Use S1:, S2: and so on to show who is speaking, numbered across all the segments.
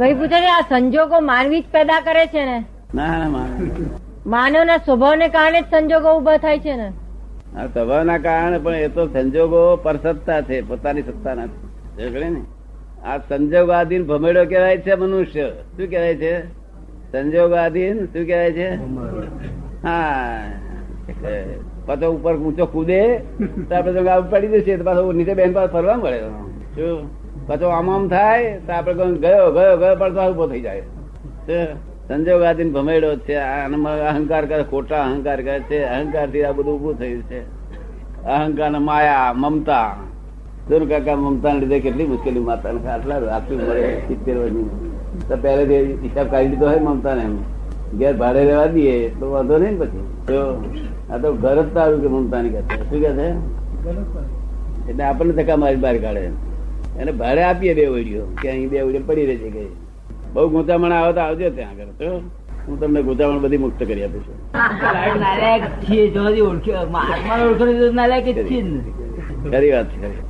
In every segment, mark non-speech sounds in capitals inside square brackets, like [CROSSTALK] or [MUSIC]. S1: ભાઈ પૂછે છે આ સંજોગો માનવી જ પેદા કરે છે ને
S2: ના ના માનવ
S1: માનવના સ્વભાવને કારણે જ સંજોગો ઉભા થાય છે ને
S2: આ સ્વભાવના કારણે પણ એ તો સંજોગો પર સત્તા છે પોતાની સત્તા નથી સમજે ને આ સંજોગાધીન ભમેડો કહેવાય છે મનુષ્ય શું કહેવાય છે સંજોગાધીન શું કહેવાય છે હા એટલે પાછો ઉપર ઊંચો કૂદે તો આપણે તો ગાવ પડી જશે તો પાછો નીચે બેન પાસે ફરવા મળે શું પાછો આમ આમ થાય તો આપણે કહું ગયો ગયો ગયો પણ પાછો ઉભો થઈ જાય શું? સંજોગાધીન ભમેડો છે આનામાં અહંકાર કરે ખોટા અહંકાર કરે છે અહંકારથી આ બધું ઉભું થયું છે અહંકાર ને માયા મમતા જોને કાકા મમતા ને લીધે કેટલી મુશ્કેલી માતા ને આટલા આટલી મળે સિત્તેર વર્ષની તો પહેલેથી હિસાબ કાઢી લીધો હોય મમતા ને એમ ઘેર ભાડે રહેવા દઈએ તો વાંધો નહીં ને પછી જો આ તો ઘર જ તારું કે મમતા ની કહેતા શું કહે છે એટલે આપણને ધક્કા મારી બહાર કાઢે એને ભાડે આપીએ બે ઓડીઓ કે અહીં બે ઓડીઓ પડી રહે છે કે બહુ ગૂંચામણ આવે તો આવજો ત્યાં આગળ તો હું તમને ગૂંચામણ બધી મુક્ત કરી આપીશ
S3: નાલાયક છીએ જવાથી ઓળખ્યો મહાત્માને ઓળખ્યો તો નાલાયક જ છીએ ને.
S2: ખરી વાત છે ખરી.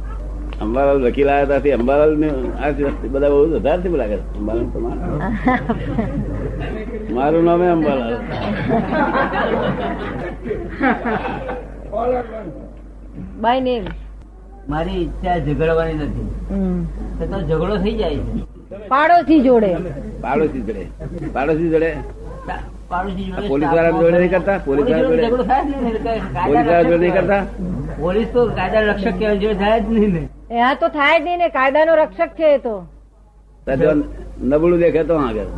S2: અંબાલાલ વકીલ આવ્યા ત્યાંથી અંબાલાલ ને આ જ વસ્તુ બધા બહુ વધારે થી લાગે છે. અંબાલાલ તમારું મારું નામ એ અંબાલાલ
S1: બાય નેમ
S3: મારી ઈચ્છા ઝઘડવાની નથી છતાં ઝઘડો થઈ જાય છે
S1: પાડોશી જોડે
S2: પાડોશી જોડે પાડોશી જોડે
S3: તા- પાડોશી જોડે
S2: આ પોલીસ વાળા જોડે નહીં કરતા? પોલીસ
S3: પોલીસ
S2: વાળા જોડે?
S3: જોડે ઝઘડો થાય જ નહીં ને. કાયદા
S2: પોલીસ વાળા જોડે નહીં
S3: રક્ષક
S2: કરતા
S3: કહેવાય. પોલીસ તો કાયદા રક્ષક કહેવાય જોડે થાય જ
S2: [LAUGHS]
S3: નહીં ને
S1: એ હા તો થાય જ નહીં ને કાયદાનો રક્ષક છે એ તો
S2: ત્યાં જો નબળું દેખે તો આગળ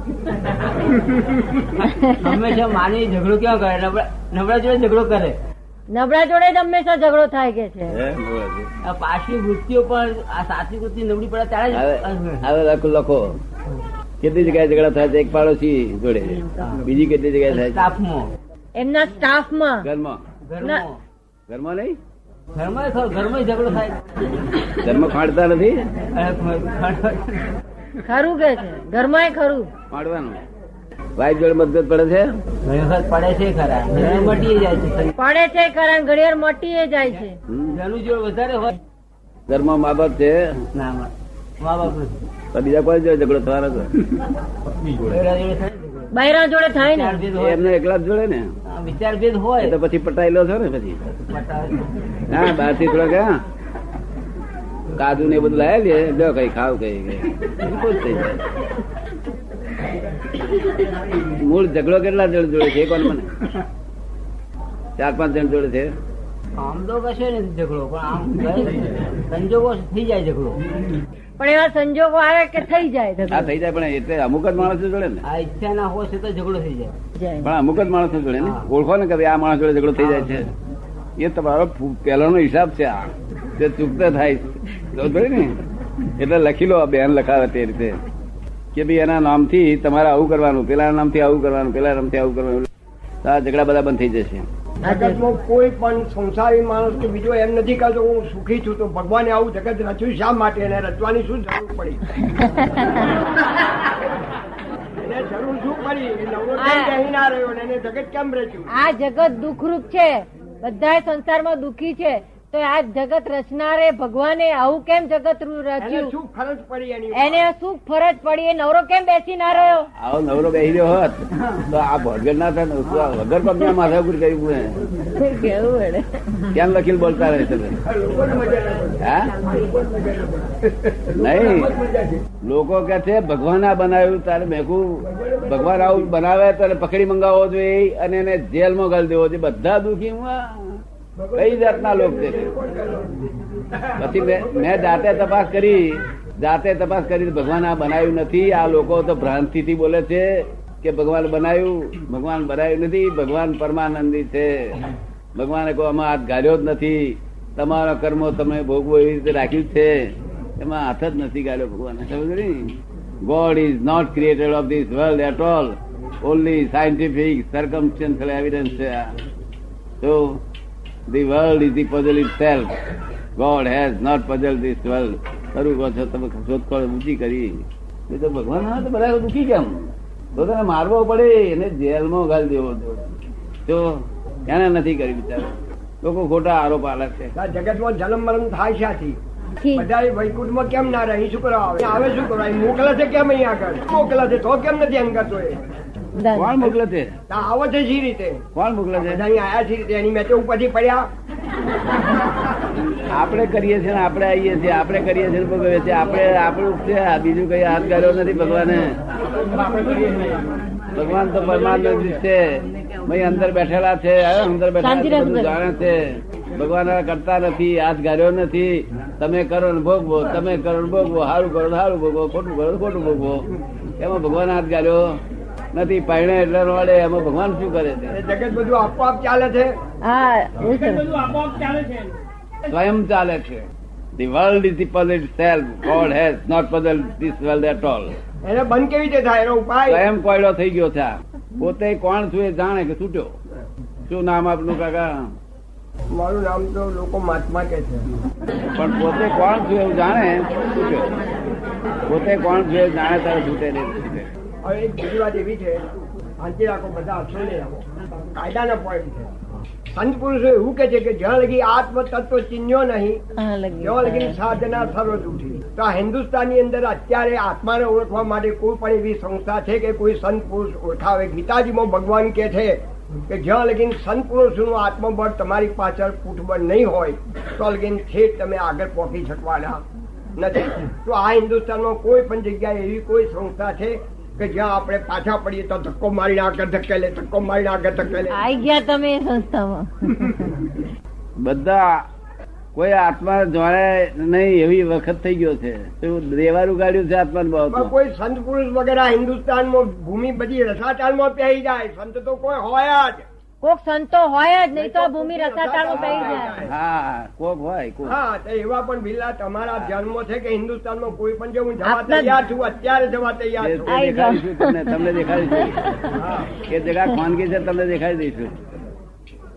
S3: હંમેશા માનવી ઝઘડો ક્યાં કરે નબળા નબળા જોડે ઝઘડો કરે
S1: નબળા જોડે જ હંમેશા ઝઘડો થાય કે છે
S2: હે? નબળું છે.
S3: આ પાછલી વૃત્તિઓ પણ આ સાચી વૃત્તિ નબળી પડે ત્યારે
S2: હવે
S3: જ
S2: હવે લખો લખો કેટલી જગ્યાએ ઝઘડા થાય છે એક પાડોશી જોડે બીજી કેટલી જગ્યાએ થાય
S3: સ્ટાફમાં
S1: એમના
S2: છે
S1: સ્ટાફમાં
S2: ઘરમાં
S3: ઘરમાં
S2: ઘરમાં નહીં
S3: ઘરમાં ય- ઘરમાં ય ઝઘડો થાય
S2: ઘરમાં ફાડતા નથી
S3: અને
S1: ખરું કે છે ઘરમાં એ ખરું
S2: ફાડવાનું વાઈફ જોડે મતભેદ પડે છે
S3: ઘણી વખત પડે
S1: પડે છે
S3: છે ખરા ઘણી મટી જાય છે શરીર.
S1: કારણ ઘડિયાળ મટીએ જાય છે
S2: હમ.
S3: ઘરનું જોડ વધારે હોય
S2: ઘરમાં મા બાપ છે
S3: ના મા મા બાપ
S2: તો બીજા કોઈ જોડે ઝઘડો થવાનો છે
S3: બૈરા જોડે થાય
S1: બૈરા જોડે થાય
S3: ને ઝઘડો.
S1: ને
S3: વિચાર ભેદ
S2: એ
S3: હોય
S2: એમને એકલા જ જોડે ને
S3: હા, વિચાર ભેદ
S2: એ
S3: હોય
S2: તો પછી પટાયેલો છો ને પછી
S3: પટાવે.
S2: ના બહાર થી થોડા ગયા કાજુ ને એ બધું લાયા લે જો કઈ ખાવ કઈ કઈ ખુશ થઈ જાય મૂળ ઝઘડો કેટલા જણ જોડે છે કોણ મને ચાર પાંચ જણ જોડે છે
S3: આમ તો કશે નથી ઝઘડો પણ આમ ઘરે સંજોગો થઈ જાય ઝઘડો
S1: પણ એવા સંજોગો આવે કે થઈ જાય
S2: આ
S1: ઝઘડો.
S2: થઈ જાય પણ એટલે અમુક જ માણસો જોડે ને
S3: આ ઈચ્છા ના હોય છતાં ઝઘડો થઈ જાય
S1: જાય.
S2: પણ અમુક જ માણસો જોડે ને
S3: હા.
S2: ઓળખો ને કે ભાઈ આ માણસ જોડે ઝઘડો થઈ જાય છે એ તમારો પહેલાનો હિસાબ છે આ તે ચૂકતા થાય તો જોઈ ને એટલે લખી લો આ બેન લખાવે તે રીતે કે ભાઈ એના નામથી તમારે આવું કરવાનું પેલા નામથી આવું કરવાનું પેલા નામથી આવું કરવાનું તો આ ઝઘડા બધા બંધ થઈ જશે
S4: જગતમાં કોઈ પણ સંસારી માણસ કે બીજો એમ નથી કહેતો હું સુખી છું તો ભગવાને આવું જગત રચ્યું શા માટે એને રચવાની શું જરૂર પડી એને જરૂર શું પડી એ નવરો કેમ રહી ના રહ્યો ને એને જગત કેમ રચ્યું
S1: આ જગત દુઃખરૂપ છે બધા સંસારમાં દુઃખી છે તો આ જગત રચનારે ભગવાને આવું કેમ જગત રુ-
S4: એને
S1: રચ્યું
S4: શું ફરજ પડી એની
S1: એને શું ફરજ પડી એ નવરો કેમ બેસી ના રહ્યો
S2: આવો નવરો બેસી રહ્યો હોત તો આ ભોગર ના થાય ને શું આ વગર પગના માથાકૂટ કરી પૂરે
S1: કેવું વડે
S2: કેમ લખીને બોલતા રહે તમે
S4: ઉપર મજા ના પડે.
S2: હા નહીં લોકો કે છે ભગવાન આ બનાવ્યું તારે મેકું ભગવાન આવું બનાવે તારે પકડી મંગાવવો જોઈએ અને એને જેલમાં ગાળી દેવો જોઈએ બધા દુઃખી હું કઈ જાતના લોક છે તે? પછી મેં- મેં જાતે તપાસ કરી જાતે તપાસ કરી તો ભગવાન આ બનાવ્યું નથી આ લોકો તો ભ્રાંતિથી બોલે છે કે ભગવાન બનાવ્યું ભગવાન બનાવ્યું નથી ભગવાન પરમાનંદી છે ભગવાને કોઈ આમાં હાથ ગાળ્યો જ નથી તમારા કર્મો તમે ભોગવો એવી રીતે રાખ્યું જ છે એમાં હાથ જ નથી ગાળ્યો ભગવાને સમજ God is not created of this world at all only scientific circumstantial evidence છે આ So, the world is the puzzle itself. God has not puzzled this world. ખરું કહો છો તમે શોધખોળ ઊંચી કરી એ તો ભગવાન ના હોય તો બધા દુઃખી કેમ તો તને મારવો પડે એને જેલમાં ઘાલી દેવો જોઈએ. તો એને નથી કરી બિચારો લોકો ખોટા આરોપ આલે છે
S4: આ જગતમાં જન્મ મરણ થાય શાથી
S1: ઠીક.
S4: બધા વૈકુંઠમાં કેમ ના રહે અહીં શું કરવા આવે આવે શું કરવા અહીં મોકલે છે કેમ અહીં આગળ મોકલે છે તો કેમ નથી એમ કરતો એ
S2: કોણ મોકલે છે
S4: તો આવે છે જે રીતે
S2: કોણ મોકલે
S4: બધા
S2: છે
S4: અહીં આયા છે રીતે એની મેચો ઉપરથી પડ્યા
S2: આપણે કરીએ છીએ ને આપણે આવીએ છીએ આપણે કરીએ છીએ ને ભોગવીએ છીએ આપણે આપણું છે આ બીજું કઈ હાથ કર્યો નથી ભગવાને
S4: આપણે કરીએ છીએ.
S2: ભગવાન તો પરમાનંદ જ છે ભાઈ અંદર બેઠેલા છે હવે અંદર બેઠેલા છે, બધું જાણે છે ભગવાન હવે કરતા નથી હાથ ગાર્યો નથી તમે કરો ને ભોગવો તમે કરો ને ભોગવો સારું કરો ને સારું ભોગવો ખોટું કરો ને ખોટું ભોગવો એમાં ભગવાન હાથ ગાર્યો નથી પાયણે એટલે વળે એમાં ભગવાન શું કરે છે
S4: એ જગત બધું આપોઆપ ચાલે છે
S1: હા એવું છે ને.
S2: સ્વયં ચાલે છે The world is the puzzle itself. God has not puzzled this world at all.
S4: એને બંધ કેવી રીતે થાય એનો ઉપાય
S2: સ્વયં કોયડો થઈ ગયો છે આ. પોતે કોણ છું એ જાણે કે છૂટ્યો શું નામ આપનું કાકા
S4: મારું નામ તો લોકો મહાત્મા કે છે
S2: પણ પોતે કોણ છું એવું જાણે છૂટ્યો પોતે કોણ છું એવું જાણે ત્યારે છૂટે નહીં છૂટે.
S4: હવે એક બીજી વાત એવી છે શાંતિ રાખો બધા હસો નહીં રાખો કાયદાના પોઈન્ટ છે સંત પુરુષો એવું કે છે કે જ્યાં લગી આત્મ તત્વ ચિહ્ન્યો નહીં
S1: હા, લગી.
S4: જ્યાં લગી સાધના સર્વ ઉઠી તો આ હિન્દુસ્તાનની અંદર અત્યારે આત્માને ઓળખવા માટે કોઈ પણ એવી સંસ્થા છે કે કોઈ સંત પુરુષ ઓળખાવે ગીતાજીમાં ભગવાન કે છે કે જ્યાં લગીન સંત પુરુષનું આત્મબળ તમારી પાછળ કૂટબળ નહીં હોય તો લગીન ઠેઠ તમે આગળ પહોંચી શકવાના નથી તો આ હિન્દુસ્તાનમાં કોઈ પણ જગ્યાએ એવી કોઈ સંસ્થા છે કે જ્યાં આપણે પાછા પડીએ તો ધક્કો મારીને આગળ ધકેલે ધક્કો મારીને આગળ ધકેલે
S1: આઈ ગયા તમે એ સંસ્થામાં
S2: બધા કોઈ આત્મા જાણે નહીં એવી વખત થઈ ગયો છે એવું દેવાનું કાઢ્યું છે આત્માને બહુ
S4: એમાં
S2: તો.
S4: કોઈ સંત પુરુષ વગેરે હિન્દુસ્તાનમાં ભૂમિ બધી રસાતાલમાં પ્યાઈ જાય સંત તો કોઈ હોય જ
S1: કોક સંતો હોય જ નહીં તો આ ભૂમિ રસાતાળમાં પડી જાય
S2: હા કોક હોય કોક
S4: હા તો એવા પણ બિલ્લા તમારા જન્મ છે કે હિન્દુસ્તાનમાં કોઈ પણ જો હું જવા
S1: આપના જ-
S4: તૈયાર છું અત્યારે જવા તૈયાર
S2: એ
S4: છું
S2: તે
S1: આઈ જાઓ.
S2: દેખાડીશું તમને તમને
S4: [LAUGHS]
S2: દેખાડીશું
S4: હા.
S2: એ જગા ખાનગી છે તમને દેખાડી દઈશું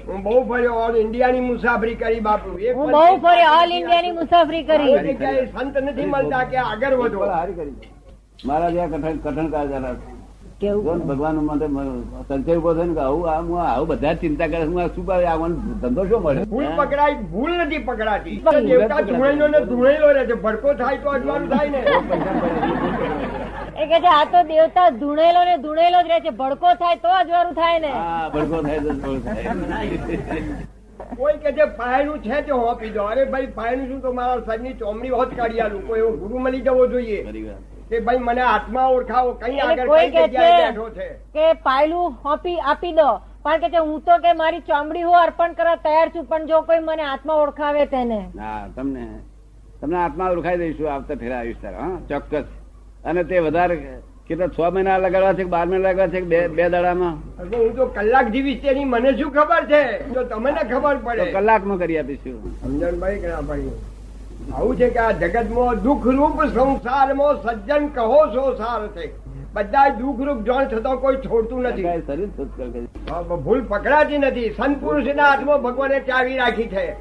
S4: હું બહુ ફર્યો ઓલ ઇન્ડિયાની મુસાફરી કરી બાપુ એક
S1: હું
S4: પણ
S1: બહુ ફરી ઓલ ઇન્ડિયાની મુસાફરી કરી
S4: કોઈ જગ્યાએ સંત નથી મળતા કે આગળ વધો
S2: મારા જેવા કઠણ કઠણ કાળજાના છે.
S1: કેવું
S2: જો ને ભગવાન મને સંચય ઉભો થયો ને કે આવું આ હું આવું બધા જ ચિંતા કરે હું આ શું ભાવે આવવાનો ધંધો શું મળે
S4: ભૂલ પકડાય ભૂલ નથી પકડાતી
S2: પણ
S4: દેવતા
S2: ભૂલ જ
S4: ધૂણેલો ને
S2: પકડાતી.
S4: ધૂણેલો રહે છે ભડકો થાય તો અજવાનું થાય ને
S1: એ કે છે આ તો દેવતા ધૂણેલો ને ધૂણેલો જ રહે છે ભડકો થાય તો અજવાળું થાય ને
S2: હા ભડકો થાય તો ભડકો થાય
S4: કોઈ કે છે પાયણું છે તે હોપી દો અરે ભાઈ પાયણું શું તો મારા સાહેબની ચોમડી હોત કાઢી આલું કોઈ એવો ગુરુ મળી જવો જોઈએ
S2: ખરી વાત.
S4: કે ભાઈ મને આત્મા ઓળખાવો કઈ
S1: એટલે
S4: આગળ
S1: કોઈ
S4: કઈ
S1: કે
S4: જગ્યાએ
S1: છે-
S4: બેઠો છે
S1: કે પાયલું હોપી આપી દો પણ કે છે હું તો કે મારી ચામડી હું અર્પણ કરવા તૈયાર છું પણ જો કોઈ મને આત્મા ઓળખાવે તેને
S2: હા તમને તમને આત્મા ઓળખાઈ દઈશું આવતા ફેરા આવીશ તારે હા ચોક્કસ અને તે વધારે કેટલા છ મહિના લગાડવા છે કે બાર મહિના લગાડવા છે કે બે બે દાડામાં
S4: હવે હું તો કલાક જીવીશ તેની મને શું ખબર છે જો તમને ખબર
S2: તો
S4: પડે
S2: કલાકમાં કરી આપીશું
S4: સમજણભાઈ કે ના પડી આવું છે કે આ જગતમાં દુઃખરૂપ સંસારમાં સજ્જન કહો છો સાર છે બધા દુઃખરૂપ જોણ છતાં કોઈ છોડતું નથી
S2: કાંઈ શરીર સુસ્ત કરી.
S4: હવે ભૂલ પકડાતી નથી સંત પુરુષના હાથમાં ભગવાને ચાવી રાખી છે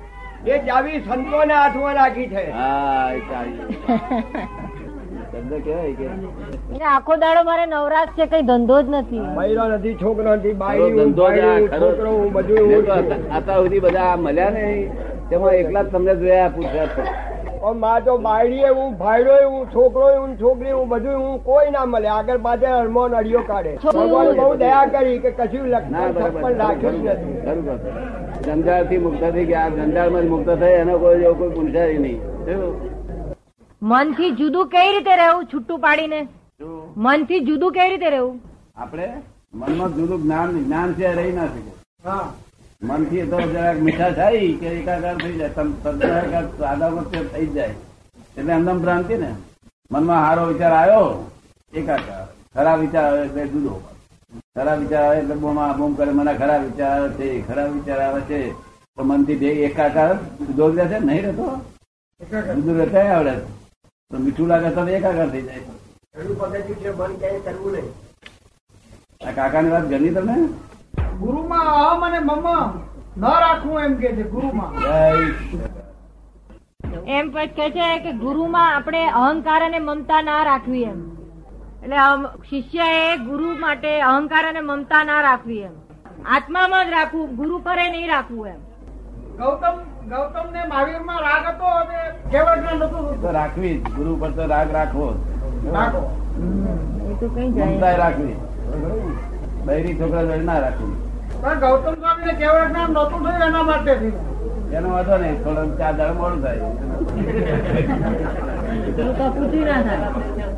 S4: એ ચાવી સંતોના હાથમાં રાખી છે
S2: હા એ ચાલી. શબ્દ કહેવાય કે
S1: એટલે આખો દાડો મારે નવરાશ છે કઈ ધંધો જ નથી
S4: મહિલા નથી છોકરો નથી
S2: ખરો
S4: બાઈ હું,
S2: ધંધો જ આ
S4: બાઈ હું,
S2: ખરો.
S4: છોકરો હું બધું
S2: મેં
S4: હું
S2: તો
S4: છું.
S2: આતા- આતા સુધી બધા આ મળ્યા ને તેમાં એકલા જ તમને જોયા પૂછ્યા છે.
S4: પણ માં તો બાયડી હું ભાઈડો હું છોકરો હું છોકરી હું બધું હું કોઈ ના મળે આગળ પાછળ હરમો નડિયો કાઢે
S1: છોકરી
S4: ભગવાન
S1: હું.
S4: બહુ દયા કરી કે કશું
S2: ના
S4: લક્ષણ
S2: બરાબર
S4: પણ રાખ્યું જ
S2: ખરું-
S4: નથી
S2: ખરું વાત. જંજાળથી મુક્ત થઈ ગયા જંજાળમાં જ મુક્ત થઈ એનો કોઈ એવો કોઈ પુરુષારી નહીં શું?
S1: મન થી જુદું કઈ રીતે રહેવું છૂટું પાડીને
S2: શું?
S1: મન થી જુદું કઈ રીતે રહેવું
S2: આપણે મનમાં જુદું જ્ઞાન જ્ઞાન છે રહી ના શકે
S4: હા
S2: મનથી તો જરાક મીઠાશ આવી કે એકાકાર થઈ જાય તમ- તંત્રાકાર સાદાવત તે થઈ જ જાય એટલે અંદર ભ્રાંતિ ને મનમાં સારો વિચાર આવ્યો એકાકાર ખરાબ વિચાર આવે એટલે જુદો ખરાબ વિચાર આવે એટલે બોમા બોમ કરે મને ખરાબ વિચાર આવે છે ખરાબ વિચાર આવે છે તો મનથી બે એકાકાર જુદો જ રહેશે નહીં રહેતો જુદું રહેતા આવડે છે. તો મીઠું લાગે તો એકાકાર થઈ જાય
S4: એનું પગથિયું છે મન ક્યાંય કરવું નહીં
S2: આ કાકાની વાત ગમી તમને
S4: ગુરુમાં અહમ અને મમ ન રાખવું એમ કે છે ગુરુમાં
S2: જય
S1: એમ પછી કે છે કે ગુરુમાં આપણે અહંકાર અને મમતા ના રાખવી એમ એટલે આમ શિષ્યએ ગુરુ માટે અહંકાર અને મમતા ના રાખવી એમ આત્મામાં જ રાખવું ગુરુ પર એ નહીં રાખવું એમ
S4: ગૌતમ ગૌતમ ને મહાવીર માં રાગ હતો અને કેવળ
S2: એ તો રાખવી જ ગુરુ પર તો રાગ રાખવો જ.
S4: રાખો
S1: હમ, એ તો કઈ
S2: મમતા
S1: જાય
S2: રાખવી બૈરી છોકરા જોડે ના રાખવી
S4: પણ ગૌતમ સ્વામી ને કેવળ જ્ઞાન નહોતું થયું એના માટે થયું.
S2: એનો વાંધો નહીં થોડો ચાર દાડા મોડું થાય
S1: એટલું તો પૂછ્યું ના થાય